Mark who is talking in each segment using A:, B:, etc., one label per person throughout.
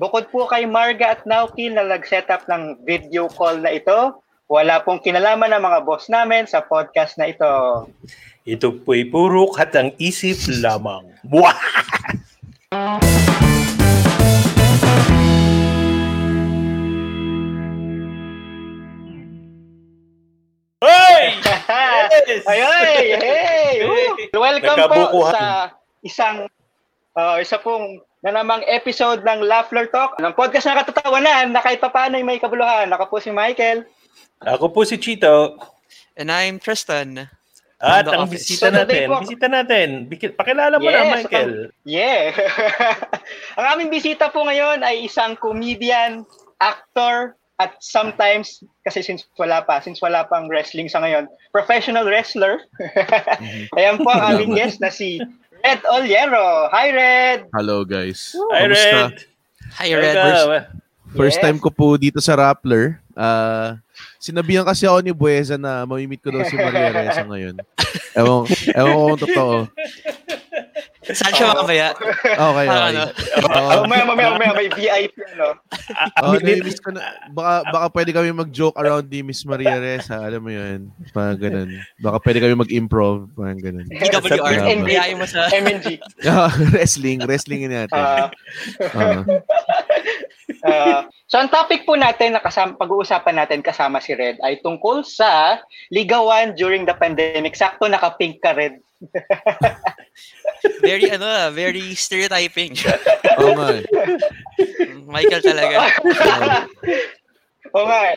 A: Bukod po kay Marga at Nauki na nag-set up ng video call na ito, wala pong kinalaman ng mga boss namin sa podcast na ito.
B: Ito po'y puro katang isip lamang. Wah! Hoy! Yes!
A: Ay, ay, hey! Woo! Welcome po
B: Nagkabukuhan.
A: sa isang uh, isa pong nanamang episode ng Laughler Talk, ng podcast na katatawanan na kahit papaano may kabuluhan. Ako po si Michael.
B: Ako po si Chito.
C: And I'm Tristan.
B: At
C: From the
B: ang
C: office.
B: bisita
A: So, today
B: natin,
A: po-
B: bisita natin. Biki- Pakilala mo na,
A: Yes,
B: Michael.
A: Yeah! Ang aming bisita po ngayon ay isang comedian, actor, at sometimes, kasi since wala pa, since wala pang wrestling sa ngayon, professional wrestler. Ayan po ang aming guest na si Red Oliero. Hi, Red!
D: Hello guys.
B: Hi,
D: Kamusta?
B: Red.
C: Hi,
B: Hi,
C: Red.
B: Red.
D: First
A: Yes.
D: time ko po dito sa Rappler. Ah, sinabihan kasi ako ni Buesa na mamimit ko daw si Maria Reza ngayon. Ewan, ewan ko kung totoo.
C: Saan siya
A: Oh.
C: mamaya?
D: Okay,
C: Parang
D: okay.
C: ano?
D: Oo.
A: Ah, Oh, maya, maya, maya, may VIP, ano?
D: Oo,
B: Ang bigla-
D: nai-miss ko na, baka, baka pwede kami mag-joke around ni Miss Maria Reza. Alam mo yun. Parang ganun. Baka pwede kami mag-improv. Parang ganun.
C: PWR.
D: Sarap.
C: Biyahe mo sa...
A: MNG.
D: wrestling. Wrestling yun natin.
A: Ah,
D: Oo.
A: ah. so, ang topic po natin na kasama, pag-uusapan natin kasama si Red ay tungkol sa ligawan during the pandemic. Sakto naka-pink ka, Red.
C: Very, ano, ah, very stereotyping.
D: Oo nga. eh.
C: Michael talaga.
A: Oo nga. eh.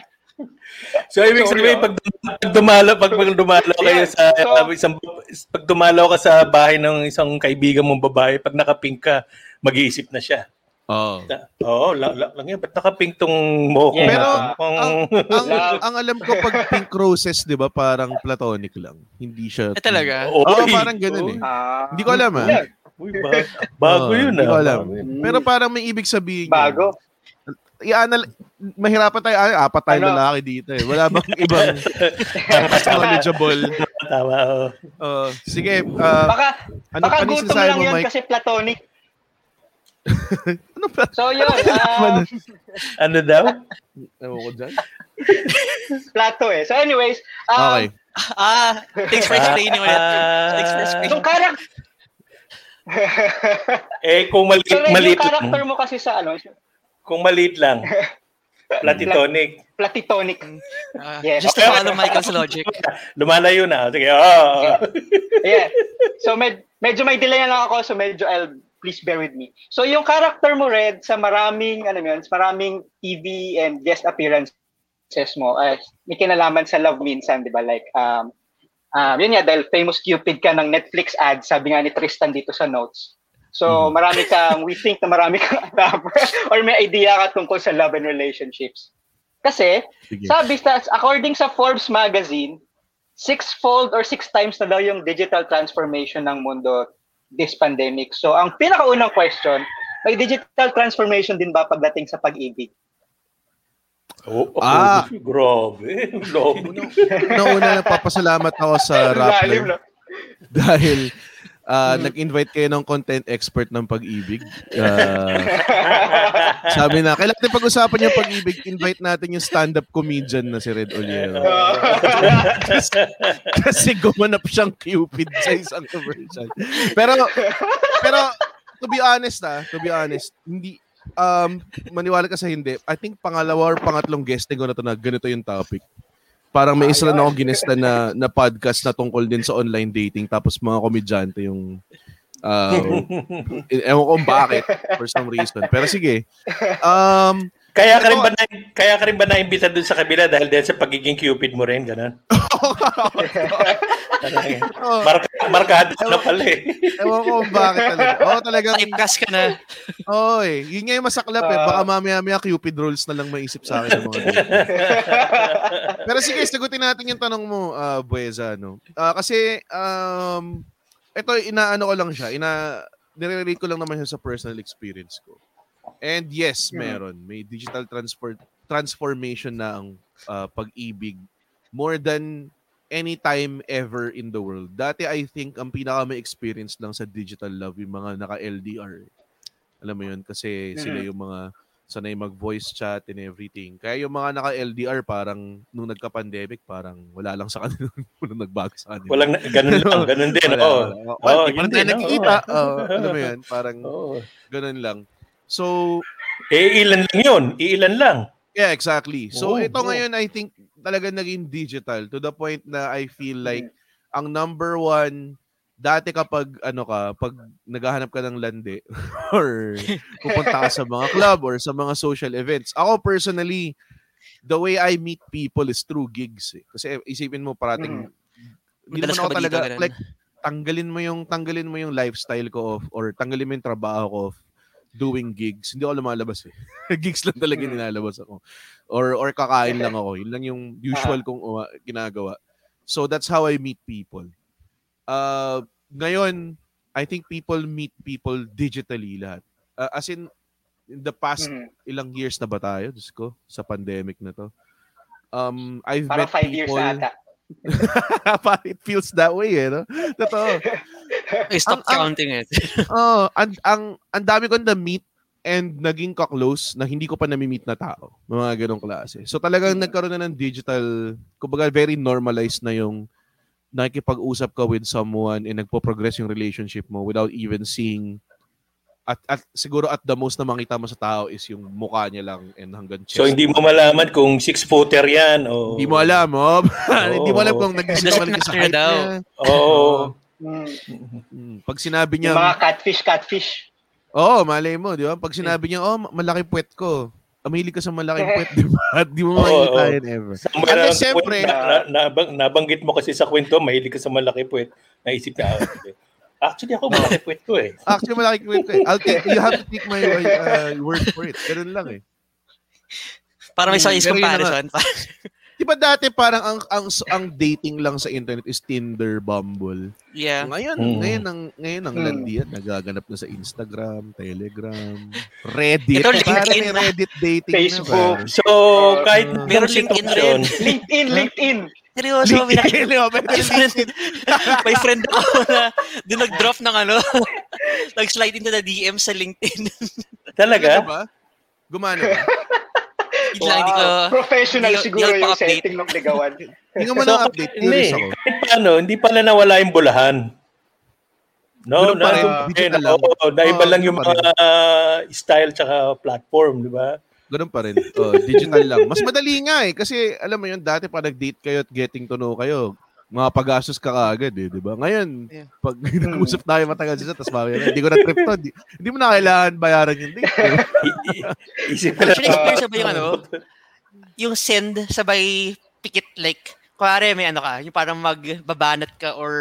B: So ibig sabihin pag, pag dumalo pag, pag dumalaw
A: Yeah,
B: kayo sa
A: so-
B: uh, isang pag dumalaw ka sa bahay ng isang kaibigan mong babae pag nakapink ka mag-iisip na siya.
D: Oo.
B: Na- Oo, la, la, lang yan. Ba't nakapink tong mo ko?
A: Yeah.
D: Pero,
B: kung,
D: ang,
A: Love.
D: ang alam ko pag pink roses, 'di ba, parang platonic lang. Hindi siya.
C: Eh, talaga.
B: Oo, eh.
D: Oo, parang ganun eh.
A: Ah.
D: Hindi ko alam ah.
A: Yeah.
B: Uy, ba- bago
D: Oo,
B: yun
D: Oh, hindi
B: ah.
D: ko alam.
B: Bago yun.
D: Pero parang may ibig sabihin. yun.
A: Bago.
D: I-anal- mahirapan tayo, ah, apat tayo
A: Ano?
D: lalaki dito eh. Wala bang ibang mas knowledgeable?
B: Tama, oo.
D: Oo. sige, ah,
A: Baka,
D: ano,
A: baka
D: ano
A: gutom
D: sinasabi
A: lang
D: mo,
A: yun
D: Mike?
A: kasi platonic.
D: Ano ba?
A: So, yun. ah,
D: Ano?
B: Ano daw?
D: Ewan ko dyan.
A: plato eh. So, anyways. Um,
D: Okay.
C: Ah, thanks for explaining ulit.
B: Ah,
C: Thanks for
A: Yung
C: explaining.
A: character...
B: Eh, kung maliit,
A: So, Red,
B: maliit
A: yung character
B: lang.
A: mo kasi sa ano,
B: Kung maliit lang. Platitonic.
A: platitonic.
C: Ah,
A: Yeah.
C: Just to follow Michael's logic.
B: Lumalayo na. Sige, ah, oo.
D: Ah.
A: Yeah. So med- medyo may delay na lang ako, so medyo I'll please bear with me. So yung character mo Red sa maraming ano yun, sa maraming TV and guest appearances mo, ay may kinalaman sa love minsan, 'di ba? Like um um yun nga dahil famous Cupid ka ng Netflix ad, sabi nga ni Tristan dito sa notes. So marami kang we think na marami kang alam or may idea ka tungkol sa love and relationships. Kasi
D: Sige.
A: sabi sa according sa Forbes magazine, six-fold or six times na daw yung digital transformation ng mundo this pandemic. So, ang pinakaunang question, may digital transformation din ba pagdating sa pag-ibig?
B: Oh, oh,
D: Ah.
B: Grabe. Lobo.
D: Una-una nagpapasalamat ako sa
A: Lalim,
D: Rappler
A: no?
D: dahil ah, nag-invite kayo ng content expert ng pag-ibig. Ah, Sabi na, kailangan natin pag-usapan yung pag-ibig, invite natin yung stand-up comedian na si Red Oliero. Kasi gumanap siyang Cupid sa isang commercial. Pero, pero, to be honest ah, to be honest, hindi, um, maniwala ka sa hindi, I think pangalawa or pangatlong guesting ko na to na ganito yung topic. Parang may isa na ako ginesta na, na podcast na tungkol din sa online dating tapos mga komedyante yung uh, ewan ko kung bakit for some reason. Pero sige. Um,
B: Kaya ka rin ba na, kaya ka rin ba naimbita doon sa kabila dahil dahil sa pagiging cupid mo rin, gano'n? Marka, markado na pala eh.
D: oh, Ewan ko kung bakit talaga. Oo, talagang,
C: Typecast ka na.
D: oo eh. Yun nga yung masaklap eh. Baka mamaya-maya Cupid rolls na lang maisip sa akin ng mga ganyan. Pero sige, sagutin natin yung tanong mo, ah Bueza. No? Ah, kasi, um, ito, inaano ko lang siya. Ina, nire-relate ko lang naman siya sa personal experience ko. And yes, meron. May digital transfer, transformation na ang ah, pag-ibig more than any time ever in the world. Dati, I think, ang pinaka may experience lang sa digital love, yung mga naka-LDR. Alam mo yun? Kasi sila
A: Mhm.
D: yung mga sanay mag-voice chat and everything. Kaya yung mga naka-LDR, parang nung nagka-pandemic, parang wala lang sa kanila nung nagbago sa kanila.
B: Walang, ganun lang, ganun din.
D: Wala,
B: Oo.
D: wala.
B: Oo,
D: Well, di
B: yun
D: pa na tayo
B: din, oo.
D: nakikita. Oo, alam mo yun, parang
B: Oo.
D: ganun lang. So,
B: Eh, ilan lang yun. Iilan lang.
D: Yeah, exactly.
B: Oo,
C: Oh,
D: So ito
B: oo.
D: ngayon I think talaga naging digital to the point na I feel like ang number one dati kapag ano ka, pag naghahanap ka ng landi or pupunta ka sa mga club or sa mga social events. Ako personally, the way I meet people is through gigs. eh. Kasi isipin mo parating hindi
C: Mm. Madalas
D: naman
C: ka
D: ako
C: ba dito,
D: talaga
C: ganun?
D: like tanggalin mo yung tanggalin mo yung lifestyle ko of or tanggalin mo yung trabaho ko of doing gigs. Hindi ako lumalabas eh. gigs lang talaga
A: Mm.
D: nilalabas ako. Or or kakain lang ako. Yun lang yung usual
A: Ah.
D: kong uwa- ginagawa. So that's how I meet people. Uh, ngayon, I think people meet people digitally lahat. Uh, as in, in the past
A: Mm.
D: ilang years na ba tayo? Diyos ko, sa pandemic na to. Um, I've
A: Parang
D: met
A: five years
D: people.
A: na ata.
D: Parang it feels that way eh, no? Totoo.
C: Ay, stop
D: Ang- ang-
C: counting it.
D: Oo, Ah, ang ang ang dami ko na-meet and naging ka-close na hindi ko pa nami-meet na tao. Mga ganong klase. So
B: Mm.
D: talagang nagkaroon na ng digital, kumbaga very normalized na yung nakikipag-usap ka with someone and nagpo-progress yung relationship mo without even seeing at, at siguro at the most na makita mo sa tao is yung mukha niya lang and hanggang chest.
B: So, hindi mo malaman kung six-footer yan. O...
D: Hindi mo alam, oh. hindi mo alam kung
C: Doesn't
D: nag-isip ka lang sa
C: matter
D: height
C: daw.
D: niya.
B: Oo.
A: Mm.
D: Mm, Pag sinabi niya,
A: Yung mga catfish, catfish.
D: Oo, malay mo, di ba? Pag sinabi niya, oh, ma- malaki puwet ko. Amili ka sa malaking puwet, di ba? At di
B: Oo,
D: mo makikita
B: oo.
D: yun ever.
B: Somewhere
D: At
B: around
D: least, ah. syempre-
B: na, na, nabang- nabanggit mo kasi sa kwento, mahilig ka sa malaki puwet. Naisip na, ah, okay. actually ako malaki puwet ko eh.
D: Actually, malaking puwet ko eh. I'll take, you have to take my uh, word for it. Ganun lang eh.
C: Para may size
D: Pero yun na nga.
C: comparison.
D: Di ba dati parang ang, ang, ang dating lang sa internet is Tinder, Bumble.
C: yeah.
D: Ngayon,
B: Mm.
D: ngayon ang, ngayon ang
A: Mm.
D: landian. Nagaganap na sa Instagram, Telegram, Reddit.
C: Ito,
D: Parang
C: LinkedIn
D: may
C: na.
D: Reddit dating
A: Facebook.
D: na ba?
B: So, kahit
D: Ah.
B: anong
C: Meron LinkedIn
B: sitwasyon,
A: LinkedIn, LinkedIn.
C: Seryoso, may nakita.
D: LinkedIn. oh, may-
C: May friend, may friend ako na doon nag-drop ng ano. Nag-slide into the DM sa LinkedIn.
D: Gumana
B: talaga,
D: ba? Gumana ba?
C: Hindi lang, hindi ko...
A: Professional
C: hindi-
A: siguro
C: hindi ako
A: yung
C: update.
A: setting ng ligawan.
D: Hindi
B: So,
D: mo na update.
B: hindi.
D: Curious ako.
B: kahit paano, hindi pala nawala yung bulahan. No,
D: Ganun pa rin,
B: na, eh,
D: digital
B: na,
D: lang.
B: oo, naiba
D: Oo,
B: lang
D: ganun
B: yung
D: pa rin.
B: mga ah, style tsaka platform, di ba?
D: Ganun pa rin. Oh, digital lang. Mas madali nga eh. Kasi alam mo yun, dati pa nag-date kayo at getting to know kayo, mga pagastos ka kaagad eh, di ba? Ngayon,
C: Yeah.
D: pag nag-usap tayo matagal siya, tapos mamaya, hindi ko na trip to. Hindi, hindi mo na kailangan bayaran yung date. di ba?
B: I- i- Isip ko
C: Actually,
B: lang,
C: experience ba yung ano? Yung send sabay pikit like Kuwari, may ano ka, yung parang magbabanat ka or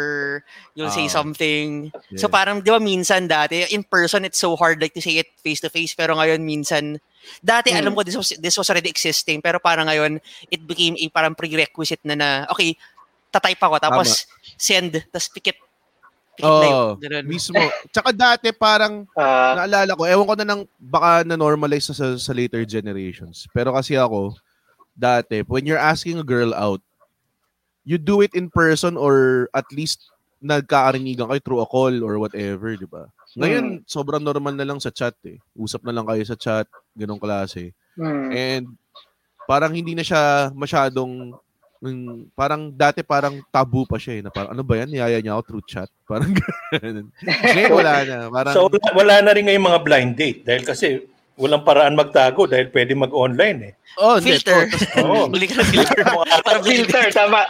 C: you'll say
D: Ah.
C: something. So
D: Yeah.
C: parang, di ba minsan dati, in person, it's so hard like to say it face to face. Pero ngayon minsan, dati alam ko
D: Hmm.
C: this was, this was already existing. Pero parang ngayon, it became a parang prerequisite na na, okay, tatype ako. Tapos send, tapos pikit. Pikit na yun.
D: Oo,
C: Ganun.
D: mismo. Tsaka dati parang
A: Ah,
D: naalala ko, ewan ko na nang baka na-normalize na sa, sa later generations. Pero kasi ako, dati, when you're asking a girl out, you do it in person or at least nagkaarinigan kayo through a call or whatever, di ba? Ngayon, sobrang normal na lang sa chat eh. Usap na lang kayo sa chat, ganong klase.
A: mm.
D: And parang hindi na siya masyadong mm, parang dati parang tabu pa siya eh. Na parang, ano ba yan? Niyaya niya ako through chat? Parang ganun. Ngayon wala na. Parang,
B: So wala, wala na rin ngayon mga blind date dahil kasi walang paraan magtago dahil pwede mag-online eh.
D: oh, hindi,
C: filter.
B: Oo.
C: Huli ka ng filter. Parang
A: filter, tama.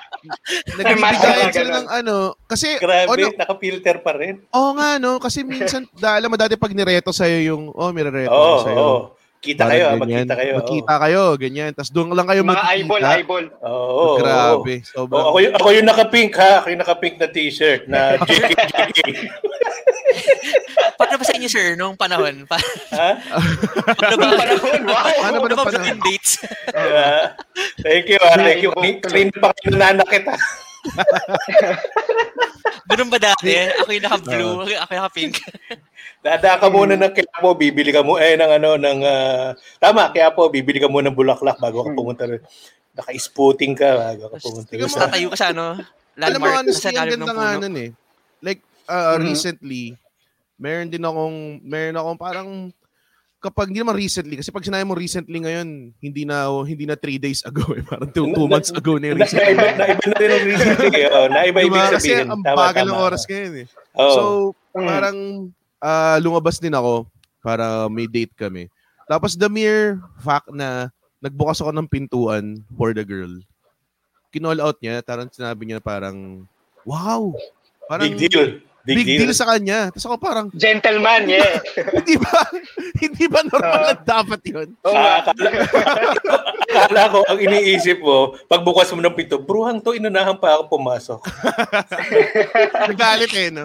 D: Nagbibigay
A: Mas-
D: sila ng ano. Kasi,
B: Grabe,
D: ano,
B: naka-filter pa rin.
D: oo nga, no? Kasi minsan, da, alam mo, dati pag nireto sa'yo yung, oh, mirereto
B: Oo,
D: ko sa'yo.
B: oo. Kita
D: Parang
B: kayo, ah,
D: ganyan.
B: magkita kayo. oo.
D: Magkita kayo, ganyan. Tapos doon lang kayo
A: Mga eyeball, eyeball.
B: Oo.
D: Oh,
B: oo.
D: Grabe. Sobrang,
B: Oo, ako, yung, ako yung naka-pink ha, ako yung naka-pink na t-shirt na JK, JK.
C: Paano ba sa inyo, sir, nung panahon? Pa-
B: ha?
C: Paano ba?
A: Panahon, wow.
D: Paano ba
C: Paano
D: nung
C: ba
D: panahon?
C: between dates?
B: Ah, thank you, ah, thank you. Clean, clean pa kayo nananakit ha.
C: Ganun ba dati? Ako yung naka-blue, ako yung naka-pink.
B: Dada ka muna
D: Mm.
B: ng kaya po, bibili ka mo eh ng ano ng ah, tama, kaya po bibili ka muna ng bulaklak bago ka
D: Mm.
B: pumunta rin. Naka-spooting ka bago ka pumunta rin
D: Tignan mo,
B: sa
C: Tatayo ka sa ano,
D: alam mo,
C: landmark.
D: honestly,
C: sa
D: ang
C: ilalim
D: ganda
C: ng
D: nga
C: puno.
D: nun eh. Like, uh,
B: Mm-hmm.
A: Mhm.
D: recently, meron din akong, meron akong parang kapag hindi naman recently kasi pag sinabi mo recently ngayon hindi na hindi na 3 days ago eh parang 2 months ago na yung recently
B: Naiba, naiba na rin ang recently kayo. Oh, naiba
D: Diba?
B: ibig
D: kasi
B: sabihin.
D: ang
B: Tama, tama.
D: bagal
B: Oh,
D: ng oras ngayon eh
B: Oo.
D: so
A: Mm.
D: parang ah, lumabas din ako para may date kami tapos the mere fact na nagbukas ako ng pintuan for the girl kinall out niya tarang sinabi niya parang wow parang
B: big deal. Big, deal.
D: sa kanya tapos ako parang
A: Gentleman, yeah.
D: hindi ba hindi ba normal na dapat yun
A: Oo
B: Ah,
A: nga.
B: akala, akala ko, ang iniisip mo, pagbukas mo ng pinto, bruhang to, inunahan pa ako pumasok.
D: Nagalit eh, no?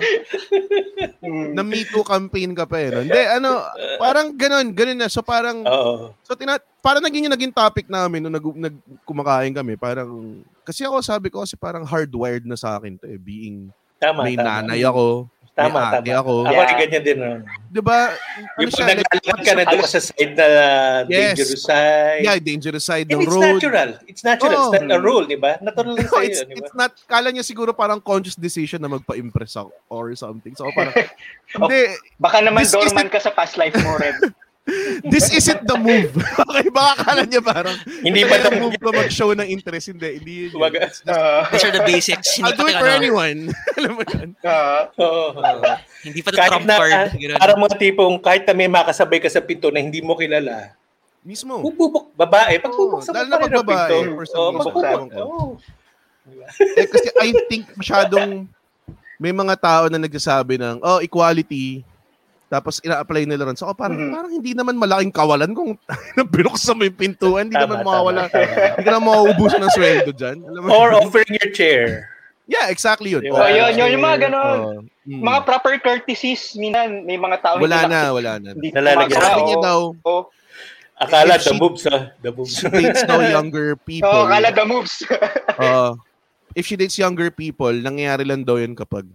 A: Mm.
D: Na Me Too campaign ka pa eh, no? Hindi, ano, parang ganun, ganun na. So parang,
B: Oo.
D: so tina, parang naging yung naging topic namin nung nag, nag, kumakain kami. Parang, kasi ako sabi ko kasi parang hardwired na sa akin to eh. Being,
B: Tama,
D: may
B: tama.
D: nanay ako,
B: Tama,
D: may ate
B: tama.
D: ako.
B: Ako
A: Yeah.
B: rin ganyan din. ah. No?
D: Di ba? Ano
B: Yung
D: siya,
B: pag naglalakad ka na doon ka sa side na
D: Yes.
B: dangerous side.
D: yeah, dangerous side
B: And
D: ng
B: it's
D: road.
B: natural. It's natural.
D: Oo.
B: It's not a rule, di ba? Natural lang
D: No,
B: sa'yo,
D: it's,
B: di ba?
D: it's not, kala niya siguro parang conscious decision na magpa-impress ako or something. So parang, hindi,
A: Baka naman
D: This is-
A: dorman ka sa past life mo, Red.
D: this isn't the move. okay, baka kala niya parang,
B: Hindi
D: Ito
B: pa
D: na
B: ito.
D: yung move ko mag-show ng interest. Hindi, hindi yun.
B: Wag.
A: Ah,
C: These are the basics. Hindi
D: I'll
C: pa
D: do it for
C: ano,
D: anyone. Alam mo yun?
A: ah.
B: Oo.
D: Oh.
C: Hindi pa to
B: Kahit
C: trump
B: na,
C: card.
B: ah,
C: Ganun.
B: parang mga tipong, kahit na may makasabay ka sa pinto na hindi mo kilala,
D: Mismo.
B: bububok, babae, pag
D: Oo,
B: bubuksan
D: lalo
B: mo pa
D: na
B: rin ang
D: pag babae,
B: pinto.
D: Oh, for some
B: Oo,
D: reason.
B: magbubuk.
D: Ewan ko.
B: Oo.
D: Eh, kasi I think masyadong may mga tao na nagsasabi ng, oh, equality. Tapos ina-apply nila ron. So, ako parang,
A: Mhm.
D: parang hindi naman malaking kawalan kung binuksan mo yung pintuan. Hindi
B: Tama,
D: naman
B: tama,
D: mawawala.
B: tama.
D: Hindi ka na mauubusan ng sweldo dyan. Alam mo?
B: Or offering your chair.
D: yeah, exactly yun.
B: Diba? Oh, yun,
A: yun, yung mga ganon.
D: Oo. Mm.
A: Mga proper courtesies, minan, may mga tao. hindi
D: wala na,
A: nak-
D: wala na.
A: Hindi
B: Nalalagyan.
A: tumatawa,
D: Sabi niya
A: oo.
D: daw,
A: Oo,
B: Akala,
D: If
B: the
D: she-
B: boobs, ah. The boobs.
D: she dates daw younger people.
A: Oo, kala the moves.
D: Oo. Uh, if she dates younger people, nangyayari lang daw yun kapag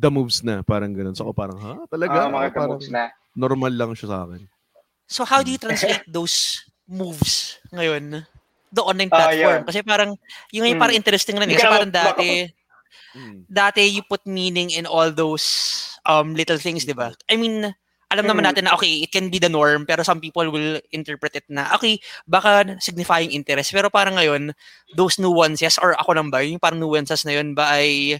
D: the moves na. Parang ganun. So, ako parang, ha? Talaga?
A: Ah, mga
D: Ako
A: the
D: parang,
A: moves na.
D: normal lang siya sa akin.
C: So how do you translate those moves ngayon? The online
A: Ah,
C: platform.
A: yeah.
C: Kasi parang, yung
D: Hmm.
C: ngayon
A: Mm.
C: parang interesting lang. eh.
A: Hindi ka
C: Kasi
A: na
C: parang
A: ma-
C: dati, dati you put meaning in all those um little things, di ba? I mean, alam naman
A: Mm.
C: natin na okay, it can be the norm, pero some people will interpret it na, okay, baka signifying interest. Pero parang ngayon, those nuances, or ako lang ba, yung parang nuances na yun ba ay,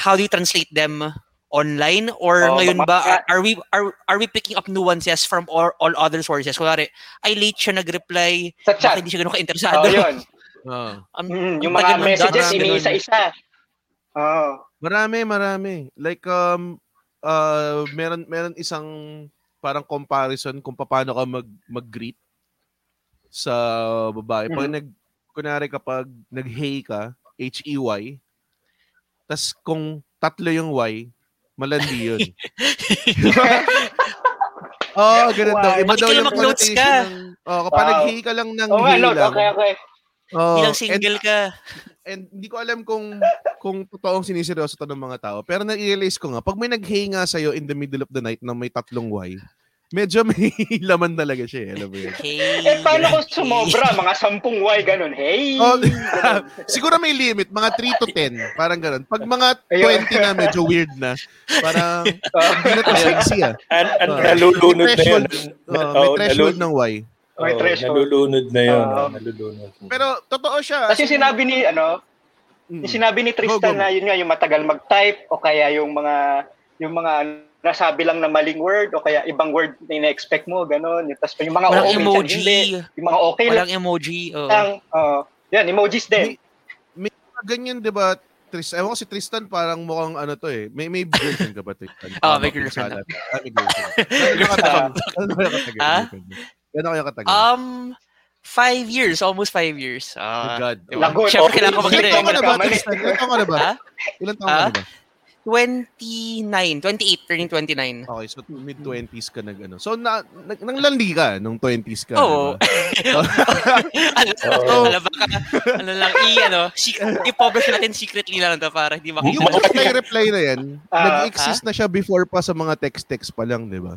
C: how do you translate them online or
A: Oh,
C: ngayon ba
A: baka-
C: are, are we are, are we picking up nuances from all, all other sources kunwari ay late siya nag-reply
A: Sa
C: baka
A: chat.
C: hindi siya ganun
A: Oo,
C: ka-interesado
A: yun.
D: Ah.
C: Ang-
A: Mm, yung mga
C: tagal ng
A: messages,
C: data,
A: iniisa-isa. Oo.
D: Marami, marami. Like, um, uh, meron, meron isang parang comparison kung paano ka mag, mag-greet sa babae. Pag
A: Mhm.
D: nag, kunwari kapag nag-hey ka, H-E-Y, tas kung tatlo yung Y, malandi yun. Oo, oh, ganun daw. Iba
C: Bakit
D: daw
C: ka
D: yung
C: mag-notes
D: connotation
C: ka?
D: ng... Oh, kapag
A: Wow.
D: nag-hey ka lang ng
A: Oo nga,
D: hey
A: Lord.
D: lang.
A: Okay, okay.
D: oo,
A: Oh,
C: bilang
D: and,
C: single ka
D: and hindi ko alam kung kung totoong siniseryoso to ng mga tao. Pero na-realize ko nga, pag may nag-hey nga sa'yo in the middle of the night na may tatlong Y, medyo may laman talaga siya. eh, Alam mo yun.
C: Hey.
A: Eh, paano kung sumobra? Mga sampung Y, ganun. Hey!
D: Oh,
A: Ganun.
D: Siguro may limit, mga 3 to 10. Parang ganun. Pag mga
A: Ayun.
D: 20 na, medyo weird na. Parang,
A: Oh.
D: hindi na to sexy ah.
B: An, an,
D: Ah.
B: nalulunod
D: May
B: na yun. Oo,
D: Oh, may threshold
B: nalu-
D: ng Y.
B: oo,
A: May threshold.
B: Nalulunod na yun.
A: Oo.
B: oo, nalulunod.
D: Pero totoo siya.
A: Kasi sinabi ni, ano,
D: Mm.
A: yung sinabi ni
D: Go, go,
A: Tristan
D: go.
A: na yun nga, yung matagal mag-type, o kaya yung mga, yung mga nasabi lang na maling word, o kaya ibang word na ina-expect mo, ganun. Yung, tas yung mga
C: walang
A: oo, minsan hindi.
C: emoji
A: Yung mga okay lang.
C: walang emoji oo.
A: lang. Oo. yan, emojis din.
D: Ah, ganyan, di ba, Tris, ewan ko si Tristan parang mukhang ano to eh. May, may girlfriend ka ba, Tristan?
C: Ah,
D: Tama
C: may
D: ko
C: girlfriend
D: sana. Ah, may girlfriend. Ano yung katag- Ano yung katagal?
C: Ah?
D: Ano yung katagal?
C: um five years almost five years
D: My
C: ah
D: Oh, God.
C: diba?
A: Lagot.
C: Siyempre,
A: Okay. Bakit
C: kailangan ko
D: Ilan
C: mag-direct.
D: taong ka na ba,
A: Kamali.
D: Tristan? Ilan taong ka na ba?
C: Ha?
D: Ilan taong ka
C: Ah?
D: na ba?
C: 29 28 turning 29
D: Okay, so mid-twenties ka nag ano. So, na, nag, nanglandi ka nung 20s ka.
C: Oo.
D: di ba?
C: alam,
B: Oo.
C: alam ba ka, ano lang, i, ano, secret, i-publish natin secretly lang ito para hindi
D: Yung
C: makita.
B: Hindi
D: mga reply na yan,
A: Ah,
D: nag-exist na siya before pa sa mga text-text pa lang, di ba?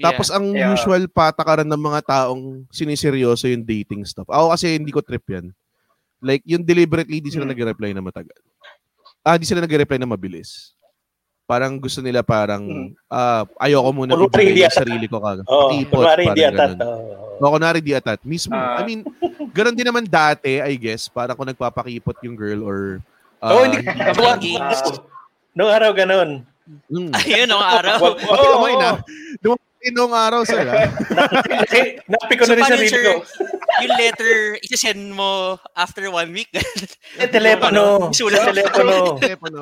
C: Yeah.
D: Tapos ang
A: Yeah.
D: usual patakaran ng mga taong siniseryoso yung dating stuff. Ako kasi hindi ko trip yan.
B: Mm.
D: Like, yung deliberately, di sila
A: Hmm.
D: nagre reply na matagal. Ah, di sila nagre reply na mabilis. parang gusto nila parang ah, ayoko
B: Mm.
D: muna
B: Kunwari
D: ibigay
B: hindi
D: yung
B: atat.
D: sarili ko kagad.
B: Oo,
D: Tipot,
B: kunwari hindi
D: parang
B: atat.
D: ganun.
B: oo.
D: O, kunwari di atat. Mismo.
A: Ah.
D: I mean, ganun din naman dati, I guess, para kung nagpapakipot yung girl or... ah,
B: Oo, hindi.
D: hindi-
B: Buwan- Noong araw ganun.
D: Mm.
C: Ayun, ang araw.
B: Wag-
D: Oh,
B: oo,
D: oh, na. Dumating nung araw, sir. ah.
B: Kasi napi ko na
C: So,
B: rin
C: paano
B: sarili
C: yun, sir?
B: ko.
C: yung letter, isi-send mo after one week.
B: Sa telepono. Sa
C: Isulat
B: telepono.
D: Telepono.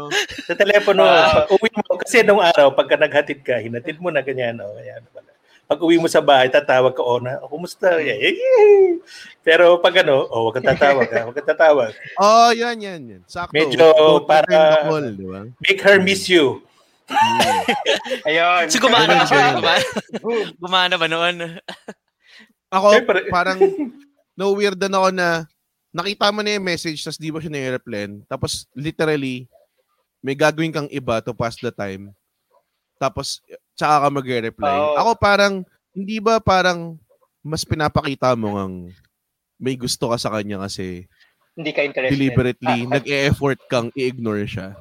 B: Sa telepono.
A: Ah.
B: Pag uwi mo. Kasi nung araw, pagka naghatid ka, hinatid mo na ganyan. O, ayan, wala. Pag uwi mo sa bahay, tatawag ka, o na, oh, kumusta? Yay, yay. Pero pag ano, oh, wag kang tatawag, ha? wag kang tatawag.
D: Oh, yan, yan, yan. Sakto.
B: Medyo
D: Don't
B: para-
D: return the call, di ba?
B: Make her miss you.
D: Mm.
A: Ayun.
C: So, gumana ba siya?
D: Ganun,
C: Gumana- Gumana ba noon?
D: Ako,
B: Siyempre.
D: parang no weirdan ako na nakita mo na yung message tapos di mo siya nire-reply. Tapos literally, may gagawin kang iba to pass the time. Tapos, tsaka ka magre-reply.
A: Oo.
D: Ako parang, hindi ba parang mas pinapakita mo ngang may gusto ka sa kanya kasi
A: Hindi ka interested.
D: deliberately
A: Ah,
D: nag-e-effort kang i-ignore siya.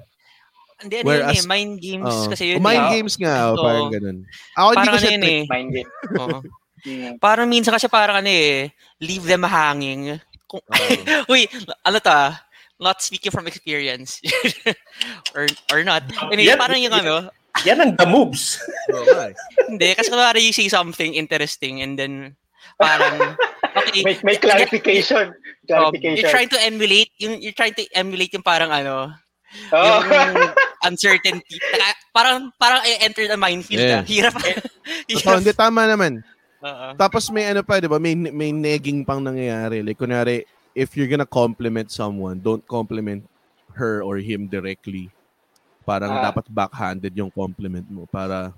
C: Hindi, ano yun
D: Whereas-
C: eh, mind games
D: Oo.
C: kasi yun.
D: Mind
C: eh.
D: games nga, oh,
C: Oo.
D: parang ganun. Ako Oh, hindi
C: Parang
D: ko
C: ano
D: siya
C: yun
D: trip.
C: eh.
A: Minded.
C: Oo.
A: Mm.
C: Parang minsan kasi parang ano eh, leave them hanging. Kung, uy, ano ta? Not speaking from experience. or or not. Anyway,
B: Yan-
C: parang yung
B: yan-
C: ano,
B: Yan ang the moves.
D: Oo, nga eh.
C: hindi, kasi kunwari you say something interesting and then parang, okay,
A: May, may clarification.
C: um,
A: Clarification.
C: you're trying to emulate, yung, you're trying to emulate yung parang ano,
A: Oh.
C: yung uncertainty. Taka- Parang, parang I entered a minefield.
D: Yeah.
C: ah. Hirap.
D: Totoo, Oh, hindi, tama naman.
C: Oo.
D: Tapos may ano pa, 'di ba? May may negging pang nangyayari. Like kunwari, if you're gonna compliment someone, don't compliment her or him directly. Parang
A: Ah.
D: dapat backhanded yung compliment mo para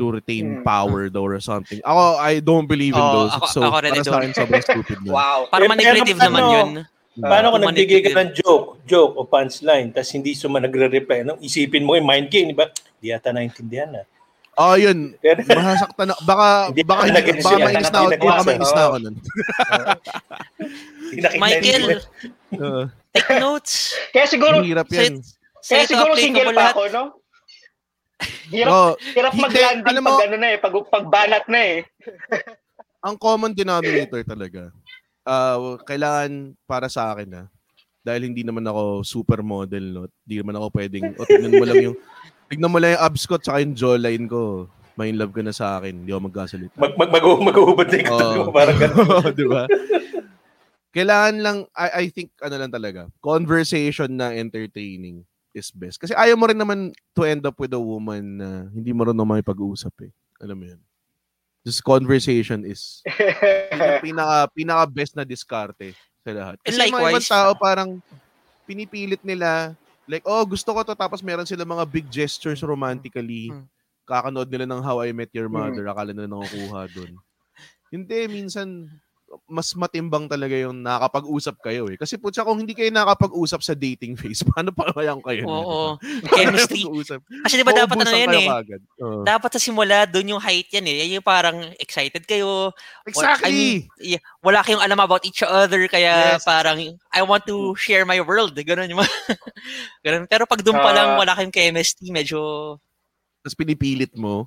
D: to
A: Hmm.
D: retain power daw or something. Ako, I don't believe in
C: Oo,
D: those.
C: ako-
D: so,
C: ako rin, I
D: para sa
C: don't.
D: akin, sobrang stupid nun.
A: wow.
C: Parang
B: Eh,
C: manipulative
B: pero
C: naman
B: ano,
C: yun.
D: Ah,
B: Paano kung
C: Manipulative.
B: nagbigay ka ng joke, joke o punchline, tapos hindi suma nagre-reply, no? isipin mo yung mind game, di ba? Di ata naintindihan ah. na.
D: Oh, yun. Mahasaktan na. Baka,
B: Hindi
D: baka,
B: ako
D: hindi,
B: nag-gets
D: baka
A: yun.
D: mainis na ako.
A: Hindi ako
D: Baka
A: nag-gets,
D: mainis na ako nun.
C: Michael,
D: Oo.
C: take notes.
A: Kaya siguro,
D: hirap
C: Sa-
D: yan.
A: kaya
C: sa-
A: siguro
C: update mo
A: single
C: ba
A: pa
C: lahat?
A: ako, no? Hirap,
D: Oo.
A: hirap
D: Hindi,
A: mag-landing
D: alam mo-
A: pag ano na eh, pag, pag banat na eh.
D: ang common denominator talaga, ah, kailangan para sa akin na, dahil hindi naman ako supermodel, no? Hindi naman ako pwedeng, o tignan mo lang yung, tignan mo lang yung abs ko, tsaka yung jawline ko, may in love ka na sa akin, hindi ako magkasalita.
B: Mag, mag, mag, mag-uubad na yung
D: Oo.
B: katabi mo, parang ganun.
D: Oo, di ba? Kailangan lang, I, I think, ano lang talaga, conversation na entertaining is best. Kasi ayaw mo rin naman to end up with a woman na hindi mo rin naman pag-uusap eh. Alam mo yun. Just conversation is yun yung pinaka pinaka best na diskarte sa lahat. Kasi yung
C: Likewise.
D: mga
C: ah.
D: ibang tao parang pinipilit nila like oh gusto ko to tapos meron sila mga big gestures romantically.
C: Mm.
D: Kakanood nila ng How I Met Your Mother, akala nila nakukuha doon. Hindi minsan mas matimbang talaga yung nakakapag-usap kayo eh. Kasi putya kung hindi kayo nakakapag-usap sa dating phase, paano pa kayang kayo?
C: Oo.
D: Chemistry.
C: Chemistry. Kasi di ba dapat ano yan eh.
D: Kagad. Oo.
C: Dapat sa simula, doon yung height yan eh. Yan Yung parang excited kayo. I
D: Exactly.
C: mean, yeah, wala kayong alam about each other. Kaya
D: Yes. Mm.
C: parang, I want to share my world. Ganun yung mga- Ganun. Pero pag doon pa
A: Ah.
C: lang, wala kayong chemistry, medyo...
D: Tapos pinipilit mo,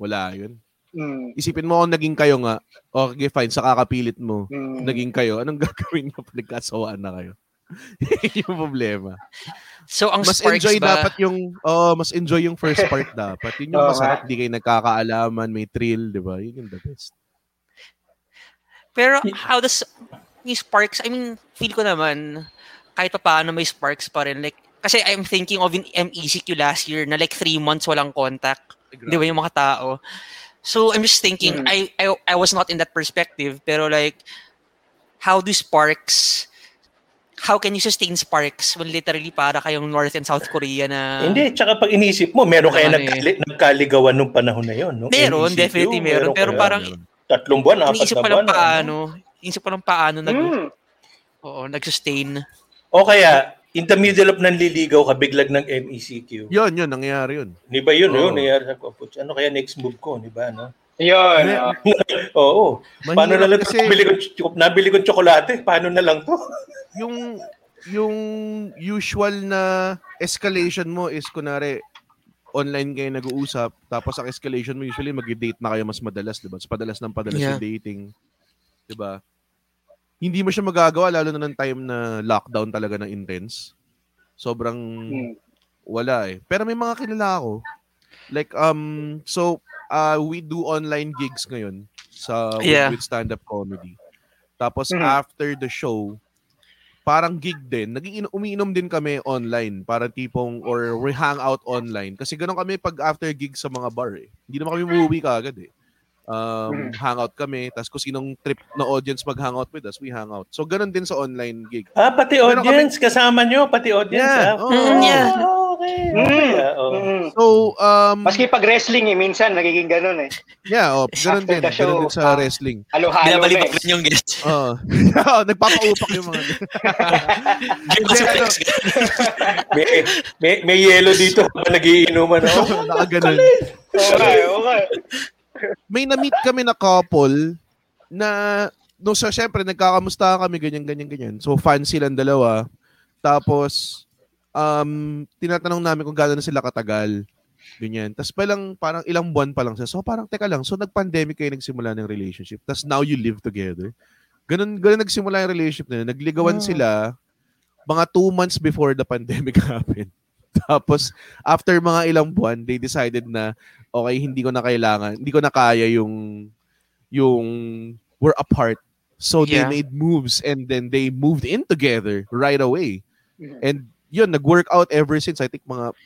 D: wala yun.
A: Mm,
D: isipin mo kung naging kayo nga, okay, fine, sa kakapilit mo,
A: mm.
D: naging kayo, anong gagawin niya pag nagkasawaan na kayo? Yun yung problema.
C: So, ang
D: Mas
C: sparks
D: enjoy
C: ba?
D: dapat yung, oh, mas enjoy yung first part dapat. Yun yung
A: Oo
D: masarap, di kayo nagkakaalaman, may thrill, di ba? Yun yung the best.
C: Pero how does may sparks? I mean, feel ko naman kahit pa paano may sparks pa rin. Like, kasi I'm thinking of in MECQ last year na like three months walang contact. Di ba yung mga tao? So I'm just
A: Mm.
C: thinking, I, I I was not in that perspective. Pero like, how do sparks, how can you sustain sparks when literally para kayong North and South Korea
B: Eh,
C: na...
B: Hindi, tsaka pag inisip mo, meron
C: Ah. Ano
B: kayo
C: naman
B: nagkali- nagkaligawan nung panahon na yun. No?
C: Meron, definitely meron. Pero
B: kayo
C: parang
B: Tatlong buwan, apat na
C: iniisip pa
B: buwan.
C: lang
B: ano?
C: paano, iniisip pa lang paano nag,
A: Mm.
C: oo, nag-sustain.
B: O kaya, in the middle of nanliligaw ka, biglag ng MECQ.
D: Yun, yun, nangyayari yun.
B: Di ba yun?
D: Oo.
B: Yun, nangyari sa ko. "Putz, Ano kaya next move ko? Di ba? Ano?
A: Yun.
D: Hindi.
A: oh.
B: Oo.
D: Mahirap
B: Paano na lang
D: kasi-
B: nabili ko, nabili ko tsokolate? Paano na lang to?
D: yung yung usual na escalation mo is kunare online kayo nag-uusap, tapos ang escalation mo usually mag-date na kayo mas madalas, 'di ba? So, padalas ng padalas
C: Yeah.
D: yung dating. 'Di ba? Hindi mo siya magagawa lalo na ng time na lockdown talaga ng intense. Sobrang
A: Hmm.
D: wala eh. Pero may mga kilala ako. Like um so uh we do online gigs ngayon sa with-
C: Yeah.
D: with stand-up comedy. Tapos
A: Mhm.
D: after the show, parang gig din. Naging umiinom din kami online. Parang tipong, or we hang out online. Kasi ganun kami pag after gig sa mga bar eh. Hindi naman kami
A: Mm-hmm.
D: umuwi kaagad eh. Um, hangout kami. Tapos kung sinong trip na audience mag-hangout with us, we hangout. So ganun din sa online gig.
B: Ah, pati
D: Meron kami-
B: audience, kasama nyo, pati audience. ah.
D: Yeah. Oo.
C: Mm, yeah.
B: Oh, okay. Okay,
A: Mm.
B: ah, oh.
A: Mm.
D: So, um,
A: Maski pag wrestling eh, minsan nagiging ganun eh.
D: yeah, oh, ganun
A: After
D: din.
A: the show,
D: Ganun din sa
A: ah.
D: wrestling.
A: Halo-halo na
C: Binabalik
A: eh.
C: rin yung guest.
D: Oo. nagpapaupak yung mga
C: Yung kasi
D: ano.
C: flex.
B: May, may, may yellow dito habang nagiinuman
D: oh.
B: ako.
D: nakaganon.
A: Okay, okay.
D: May na-meet kami na couple na no so syempre nagkakamusta kami ganyan ganyan ganyan. So fans silang dalawa. Tapos um tinatanong namin kung gaano na sila katagal. Ganyan. Tapos palang parang ilang buwan pa lang siya. So parang teka lang. So nag-pandemic kayo nagsimula ng relationship. Tapos now you live together. Ganun, ganun nagsimula yung relationship nila. Nagligawan sila mga two months before the pandemic happened. Tapos, after mga ilang buwan, they decided na, okay, hindi ko na kailangan, hindi ko na kaya yung, yung, we're apart. So,
C: Yeah.
D: they made moves and then they moved in together right away.
A: Mhm.
D: And yun, nag-work out ever since, I think mga,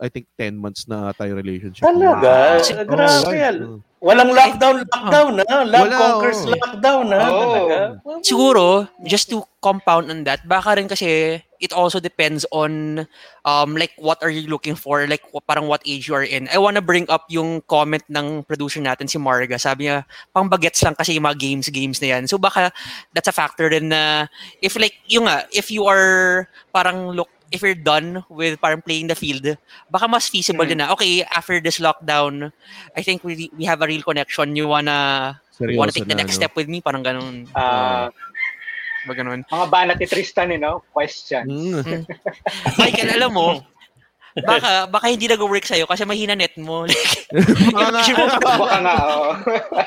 D: I think 10 months na tayo relationship.
B: Talaga?
D: Oo, Mm.
B: Grabe
D: right.
B: yan. Walang lockdown, lockdown na. Love
D: Oh. Wala, oh.
B: conquers
D: oo.
B: lockdown na.
A: Oo.
B: Talaga.
C: siguro just to compound on that baka rin kasi it also depends on um like what are you looking for like wh- parang what age you are in I wanna bring up yung comment ng producer natin si Marga sabi niya pang bagets lang kasi yung mga games games na yan so baka that's a factor din na if like yung nga if you are parang look if you're done with parang playing the field baka mas feasible
A: Mm.
C: din na okay after this lockdown I think we we have a real connection you wanna
D: Seryoso
C: wanna take the
D: na,
C: next
D: no?
C: step with me parang ganun
A: Ah,
C: ba ganun
A: mga banat ni Tristan, you know? Question.
D: Mm.
C: Michael, alam mo, baka baka hindi nag-work sa'yo kasi mahina net mo. Like,
D: Baka nga.
C: imagine mo parang-
A: Baka nga, oo.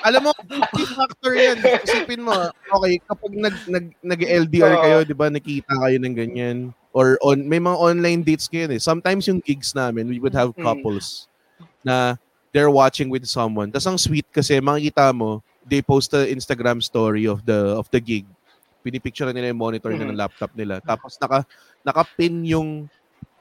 D: Alam mo, key factor yan. Isipin mo, okay, kapag nag, nag, nag-LDR
A: Oo.
D: kayo, di ba, nakita kayo ng ganyan. Or on, may mga online dates kayo eh. Sometimes yung gigs namin, we would have
A: Mm.
D: couples na they're watching with someone. Tapos ang sweet kasi, makikita mo, they post a Instagram story of the of the gig. Pinipicture na nila yung monitor na
A: Mm.
D: ng laptop nila. Tapos naka, naka-pin yung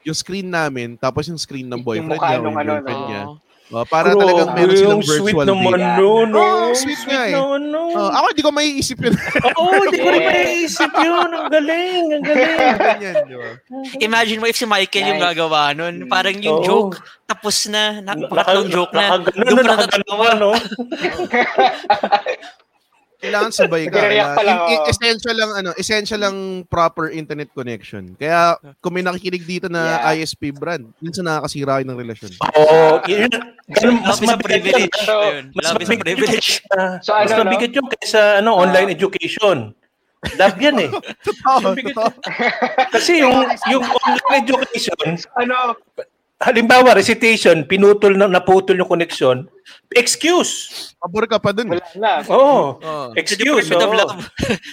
D: yung screen namin, tapos yung screen
A: Yung
D: ng boyfriend
A: mukha
D: niya, o
A: nung
D: yung
A: ano,
D: girlfriend
C: Oo.
D: niya. Oh, para talagang meron
B: Grabe,
D: silang
B: yung sweet
D: virtual date.
B: naman nun. no?
D: Oo, sweet nga eh.
B: naman nun.
D: Oh, ako hindi ko maiisip yun.
B: Oo, hindi ko rin maiisip yun. Ang galing, ang galing.
D: Ganyan, di ba?
C: imagine mo if si Michael yung
A: Nice.
C: gagawa nun.
A: Mm.
C: Parang yung
B: Oo.
C: joke, tapos na, na
B: Naka-
C: pakatlong joke na.
B: nakaganon
C: doon
B: na,
C: pa
B: nakaganon na, no?
D: Kailangan sabay ka.
A: Nagre-react pa lang,
D: I- i-
A: oo.
D: essential lang, ano, essential lang proper internet connection. Kaya, kung may nakikinig dito na
A: Yeah.
D: ISP brand, minsan nakakasira yun ng relasyon.
B: Oo, yun. Ganun, mas
C: Love is a
B: mabigat yun.
C: privilege.
A: So,
C: Ayun,
B: mas
C: Love is a
B: mabigat
C: privilege.
B: Ah,
A: So, ano,
B: mas
A: no?
B: mabigat yun kaysa ano, online education. Love yan eh.
D: Totoo,
B: Mabigat
D: totoo.
B: Kasi yung, yung online education,
A: Ano,
B: halimbawa recitation, pinutol na naputol yung connection, excuse.
D: Pabor ka pa dun. Oh,
A: wala na.
B: Oo.
D: Oo.
B: Excuse.
C: Bit of
B: oo.
C: love.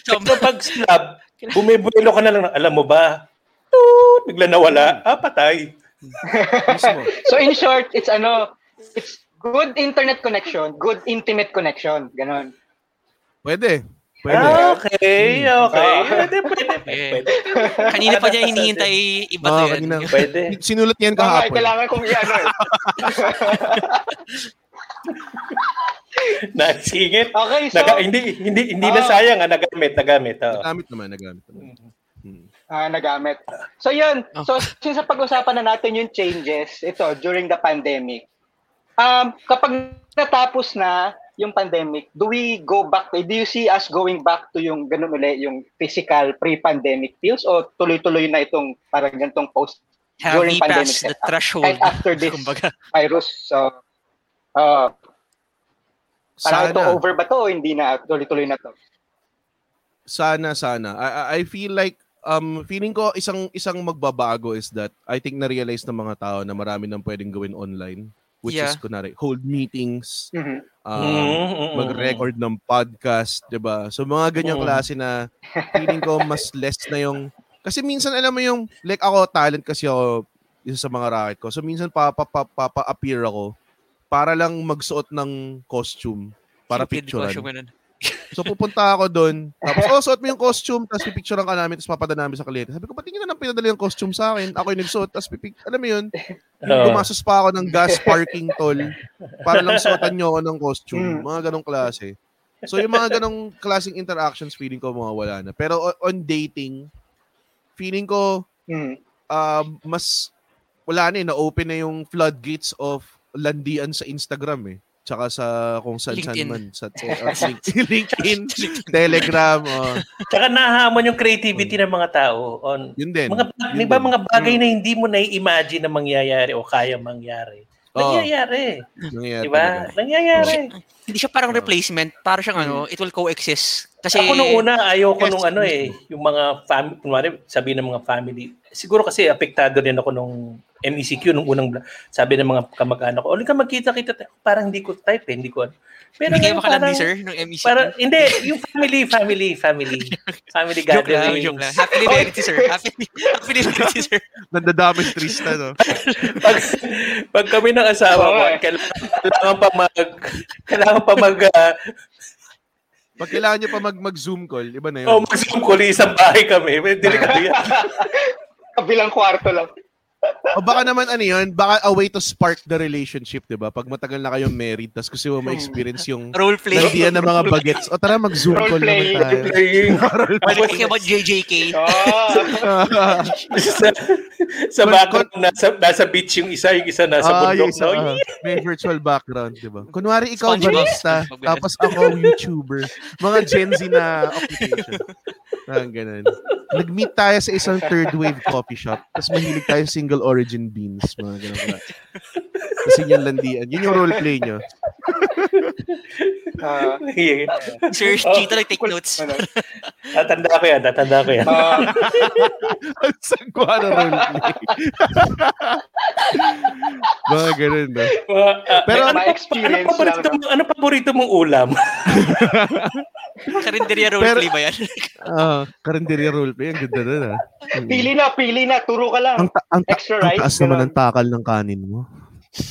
C: So,
B: Pero pag slab, bumibuelo ka na lang, alam mo ba, toot, bigla nawala, ah, patay.
D: mismo.
A: So in short, it's ano, it's good internet connection, good intimate connection, ganon.
D: Pwede. Pwede.
B: Ah, okay, okay.
A: Ah.
B: Pwede, pwede, pwede.
C: eh, kanina pa niya hinihintay iba to
D: Oo,
C: yan.
D: Ah, kanina.
B: Pwede.
D: Sinulat yan
A: Kaya
D: kahapon.
A: kailangan kong i-ano eh.
B: Nasingit.
A: Okay, so,
B: Naga, hindi hindi hindi na
A: Ah.
B: sayang ah, nagamit, nagamit. oo.
D: Nagamit naman, nagamit naman. Hmm.
A: ah, nagamit. So yun, so since pag-usapan na natin yung changes, ito, during the pandemic, um, kapag natapos na yung pandemic, do we go back to, do you see us going back to yung ganun uli, yung physical pre-pandemic feels o tuloy-tuloy na itong parang ganitong post
C: Have
A: During
C: we
A: pandemic
C: passed the
A: setup.
C: threshold?
A: kahit after this
C: Kumbaga.
A: virus? So, uh, parang ito
D: Sana.
A: over ba to o hindi na, tuloy-tuloy na to?
D: Sana, sana. I, I- I feel like um, feeling ko isang isang magbabago is that I think na-realize ng mga tao na marami nang pwedeng gawin online which
C: Yeah.
D: is kunwari hold meetings,
A: Mhm.
D: um,
B: Mm, mm,
D: mag-record ng podcast, 'di ba? So mga ganyang
B: Mm.
D: klase na feeling ko mas less na yung kasi minsan alam mo yung like ako talent kasi ako isa sa mga racket ko. So minsan papa-appear ako para lang magsuot ng costume para
C: Stupid
D: picturean.
C: question, ganun.
D: So pupunta ako doon. Tapos, oh, suot mo yung costume, tapos pipicturean ka namin, tapos papadala namin sa kliyente. Sabi ko, ba't hindi ka nang pinadala yung costume sa akin? Ako yung nagsuot, tapos pipic... Alam mo yun,
B: mm. Oo.
D: gumasos pa ako ng gas parking toll para lang suotan nyo ako ng costume.
A: Mm.
D: Mga ganong klase. So, yung mga ganong klaseng interactions, feeling ko mawawala na. Pero o- on dating, feeling ko,
A: Mhm.
D: um, mas, wala na eh, na-open na yung floodgates of landian sa Instagram eh. Tsaka sa kung saan saan
C: LinkedIn.
D: man. Sa te- at link- LinkedIn, Telegram, oh,
B: Tsaka nahamon yung creativity ng mga tao on
D: Hmm. yun din.
B: mga
D: Yun
B: di ba
D: din. Hmm.
B: mga bagay na hindi mo na-imagine na mangyayari o kaya mangyari.
D: Oo.
B: Nangyayari,
D: Nangyayari
B: di
C: diba?
B: ba?
D: talaga.
B: Nangyayari.
C: Hindi siya
D: Ah.
C: parang replacement, para siyang ano, it will coexist. Kasi
B: Mm. Ako nung una, ayoko
C: Yes.
B: nung ano eh, yung mga family, kunwari, sabi ng mga family, siguro kasi apektado rin ako nung MECQ, nung unang, bla- sabi ng mga kamag-anak ko, ulit ka magkita-kita, tayo." parang hindi ko type eh, hindi ko ano. Pero
C: hindi kayo
B: ngayon
C: makalandi,
B: parang,
C: sir, E ng MEC.
B: parang, hindi, yung family, family, family, family
C: joke lang, joke lang.
B: gatherings.
C: Happy liberty, sir. Happy, happy liberty, sir.
D: Nandadamage Tristan, no?
B: pag, pag kami ng asawa
A: Oo
B: ko,
A: eh.
B: kailangan, kailangan pa mag, kailangan pa mag, ah,
D: Pag kailangan nyo pa mag- mag-zoom call, iba na yun.
B: oh, mag-zoom ko isang bahay kami. May Delikado yan.
A: Kabilang kwarto lang.
D: o baka naman ano yun, baka a way to spark the relationship, di ba? Pag matagal na kayong married, tapos gusto mo ma-experience yung
C: Role play.
D: nandiyan na mga bagets. O tara, mag-zoom call naman
A: Role-playing.
D: tayo.
B: Playing.
C: Talking about JJK.
A: Oh.
B: sa, sa
D: Kon-
B: background, nasa, nasa beach yung isa, yung isa nasa
D: Ah,
B: bundok.
D: yung isa,
B: no?
D: ah, may virtual background, di ba? Kunwari ikaw,
C: SpongeBob.
D: barista,
C: SpongeBob, ganun.
D: tapos ako, YouTuber. Mga Gen Z na occupation. Parang ganun. Nag-meet tayo sa isang third wave coffee shop, tapos mahilig tayo single origin beans, mga ganun. ba? Kasi yun yung landian. Yun yung role play nyo.
A: Ah.
B: Yeah.
C: Sir,
B: Oh.
C: Chito, like, take notes.
A: Ano?
B: Tatanda ko yan, tatanda ko yan.
A: Ah.
D: Ang sagwa na roleplay. Mga ganun na. Pero-
B: Pero
A: My
B: ano, pa- ano,
A: ah, experience
B: paborito
A: lang.
B: mong, ano paborito mong ulam?
C: Karinderia role
D: Pero-
C: play ba yan?
D: Ah, karinderya roleplay. Ang ganda na na.
A: Pili na, pili na. Turo ka lang.
D: Ang, ta- ang, ta-
A: Extra
D: ang
A: rice.
D: taas naman
A: ganun.
D: ng takal ng kanin mo.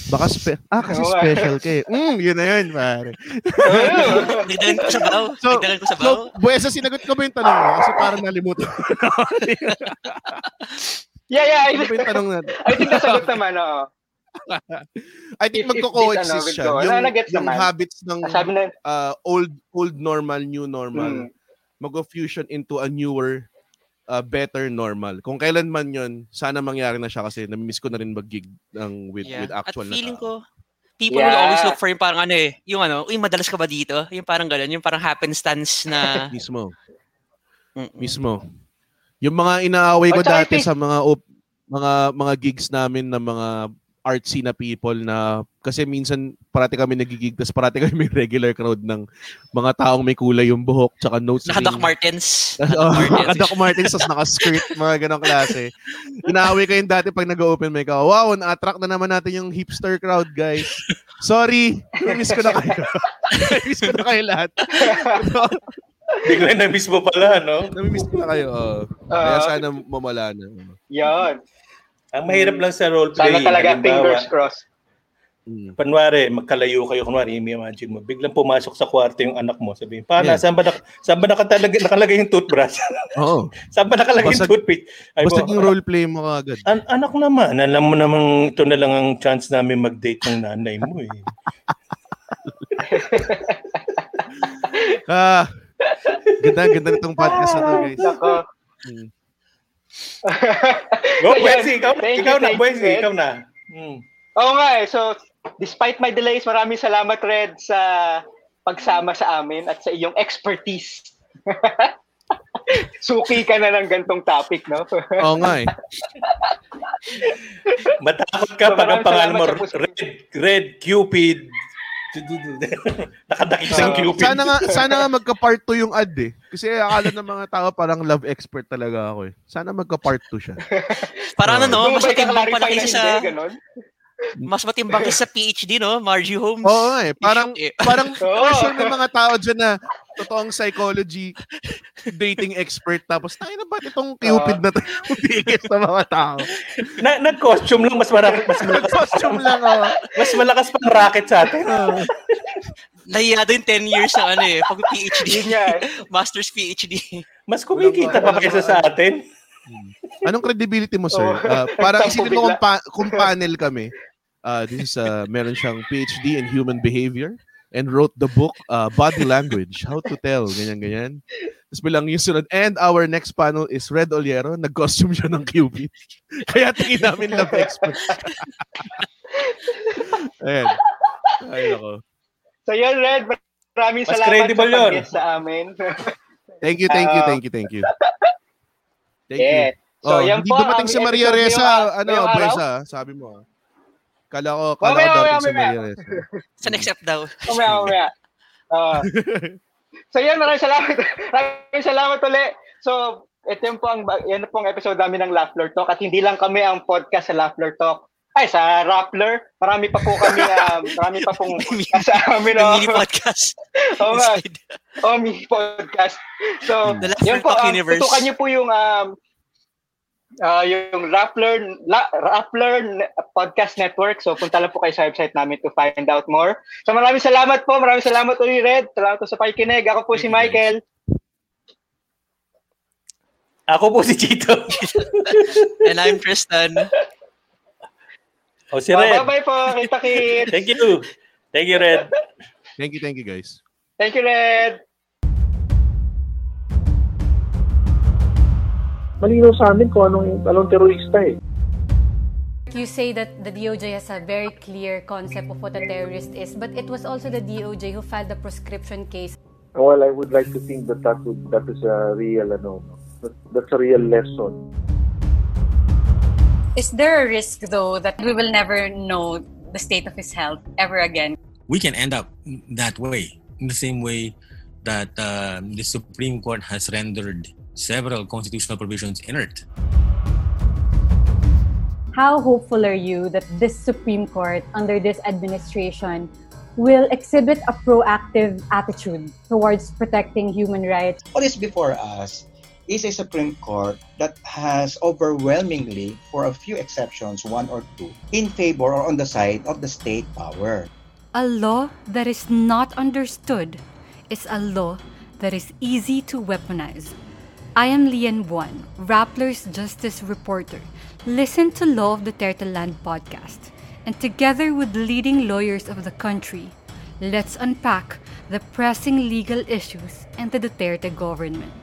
D: Baka spe- ah, kasi
A: Oo, eh.
D: special ka eh. Mm, yun na yun, pare.
C: Dagdagan ko sa baw.
D: So-
C: Dagdagan ko sa baw.
D: So, Buesa, sinagot ko ba yung tanong mo? Kasi parang nalimutan ko.
A: yeah, yeah. I,
D: Ano ba yung tanong natin?
A: I think nasagot naman. Oo.
D: I think
A: If- if this, ano,
D: magko-coexist
A: will
D: siya.
A: go.
D: Yung,
A: Nalagets
D: yung
A: naman.
D: habits ng
A: Sabi na,
D: ah, old old normal, new normal.
C: Hmm.
A: mm,
D: mag-fusion into a newer, uh, better normal. Kung kailan man yun, sana mangyari na siya kasi namimiss ko na rin mag-gig ng with,
C: Yeah.
D: with actual
C: At feeling
D: na tao.
C: ko, people will
A: Yeah.
C: always look for yung parang ano eh, yung ano, uy, madalas ka ba dito? Yung parang ganun, yung parang happenstance na...
D: Mismo,
C: Mm-mm.
D: mismo. Yung mga inaaway ko
A: Oh, tsaka I
D: dati
A: think-
D: sa mga op- mga mga gigs namin ng mga artsy na people na kasi minsan parati kami nagigig tas parati kami may regular crowd ng mga taong may kulay yung buhok tsaka notes
C: Naka Doc
D: ring.
C: Martens.
D: Tas, oh, naka-Doc Martens, tapos naka-skirt, mga ganong klase. Inaaway kayo dati pag nag-open mic ako, wow, na-attract na naman natin yung hipster crowd, guys. Sorry, na-miss ko na kayo. na-miss ko na kayo lahat.
B: Bigla na mismo pala, no?
D: na-miss ko na kayo. oo.
A: Ah,
D: Kaya sana mamala na.
A: uh,
D: ano.
A: yun.
B: Ang mahirap lang sa role play.
A: Hmm. Sana talaga,
B: halimbawa,
A: fingers crossed.
D: Mm.
B: Kunwari, magkalayo kayo, kunwari, imagine mo, biglang pumasok sa kwarto yung anak mo, sabihin, pa,
D: Yeah.
B: saan ba, nak- saan ba nakatalaga- nakalagay yung toothbrush?
D: Oo.
B: saan ba nakalagay
D: Basag-
B: yung toothpaste? Ay,
D: Basta
B: mo,
D: yung roleplay mo agad.
B: An- anak naman, alam mo namang ito na lang ang chance namin mag-date ng nanay mo eh.
D: Ah, ganda, ganda nitong podcast na to, guys.
A: Ah, Nako.
D: Mm.
B: Go,
A: Ayan.
B: Buesi, ikaw, na,
A: Thank you,
B: ikaw na,
A: thank you,
B: Buesi,
A: Red.
B: ikaw na. Mm.
A: Oo nga eh. So, despite my delays, maraming salamat, Red, sa pagsama sa amin at sa iyong expertise. Suki ka na ng gantong topic, no?
D: Oo nga eh.
B: Matakot
A: So,
B: ka pag ang
A: maraming
B: pangalan mo,
A: salamat sa puso.
B: Red, Red Cupid Nakadakit sa Cupid.
D: sana nga sana nga magka-part 2 yung ad eh. Kasi akala ng mga tao parang love expert talaga ako eh. Sana magka-part 2 siya.
C: Parang ano,
A: Kung
C: no? Mas
A: ba
C: matimbang
A: i-clarify
C: pala
A: na
C: kasi sa...
A: hindi, ganun?
C: Mas matimbang kasi sa PhD, no? Margie Holmes.
D: Oo nga eh. Parang
C: Eh,
D: parang
A: Oo.
D: for sure may mga tao dyan na totoong psychology dating expert tapos tayo na ba't itong cupid na to tumigil sa mga tao
B: Na, nag-costume lang, mas, mara- mas malakas.
D: costume lang oh.
B: Mas malakas pang racket sa atin.
D: Ah.
C: Nahiya din 10 years na ano eh. Pag PhD.
A: Yun nga eh.
C: Master's PhD.
B: Mas kumikita pa kaysa sa atin.
D: anong credibility mo sir
A: Oo.
D: Ah, para
A: Tampo
D: isipin mo
A: bigla.
D: kung, pa- kung panel kami Ah, this is ah, meron siyang PhD in human behavior and wrote the book ah, body language how to tell ganyan ganyan tapos bilang yung sunod and our next panel is Red Oliero nag-costume siya ng cupid kaya tingin namin love expert ayan ay nako
A: So yun, Red, maraming
B: Mas
A: salamat
B: credible yun.
A: sa pag sa amin.
D: Thank you, thank you,
A: Ah.
D: thank you, thank you. Thank
A: yeah.
D: you. Oh,
A: yan
D: hindi
A: po
D: dumating
A: ang
D: si Maria
A: episode
D: Reza,
A: ngayong-
D: ano,
A: ngayong araw.
D: Bresa, sabi mo. ah. Kala ko, kala
A: Mamaya,
D: ko dating
A: mamaya,
D: si
A: mamaya.
D: Maria Reza.
C: Sa next step daw.
A: Umaya, umaya. Ah. so yan, maraming salamat. maraming salamat ulit. So, ito yun po ang, yan po ang episode namin ng Laughler Talk. At hindi lang kami ang podcast sa Laughler Talk. Ay, sa Rappler. Marami pa po kami, um, marami pa pong sa amin.
C: Yung
A: Oh,
C: mini podcast.
A: oh, nga.
C: Inside.
A: oh, mini podcast. So,
C: The Laughter
A: yun po,
C: Talk
A: um,
C: universe.
A: tutukan niyo po yung um, ah, yung Rappler, La, Rappler Ne- Podcast Network. So, punta lang po kayo sa website namin to find out more. So, maraming salamat po. Maraming salamat ulit, Red. Salamat po sa pakikinig. Ako po si Michael.
B: Ako po si Chito.
C: And I'm Tristan.
B: O
A: Ah,
B: si Red.
A: Bye-bye po. Kita kit.
B: Thank you. Thank you, Red.
D: Thank you, thank you, guys.
A: Thank you, Red.
E: malinaw sa amin kung anong, anong terorista eh.
F: You say that the DOJ has a very clear concept of what a terrorist is, but it was also the DOJ who filed the proscription case.
E: Well, I would like to think that that, would, that is a real, ano, that- that's a real lesson.
F: Is there a risk, though, that we will never know the state of his health ever again?
G: we can end up that way in the same way that uh, the supreme court has rendered several constitutional provisions inert
F: How hopeful are you that this Supreme Court, under this administration, will exhibit a proactive attitude towards protecting human rights?
H: what is before us is a Supreme Court that has overwhelmingly, for a few exceptions, one or two, in favor or on the side of the state power.
I: A law that is not understood is a law that is easy to weaponize. I am Lian Buan, Rappler's Justice Reporter. Listen to Law of the Tertaland podcast. And together with leading lawyers of the country, let's unpack the pressing legal issues and the Duterte government.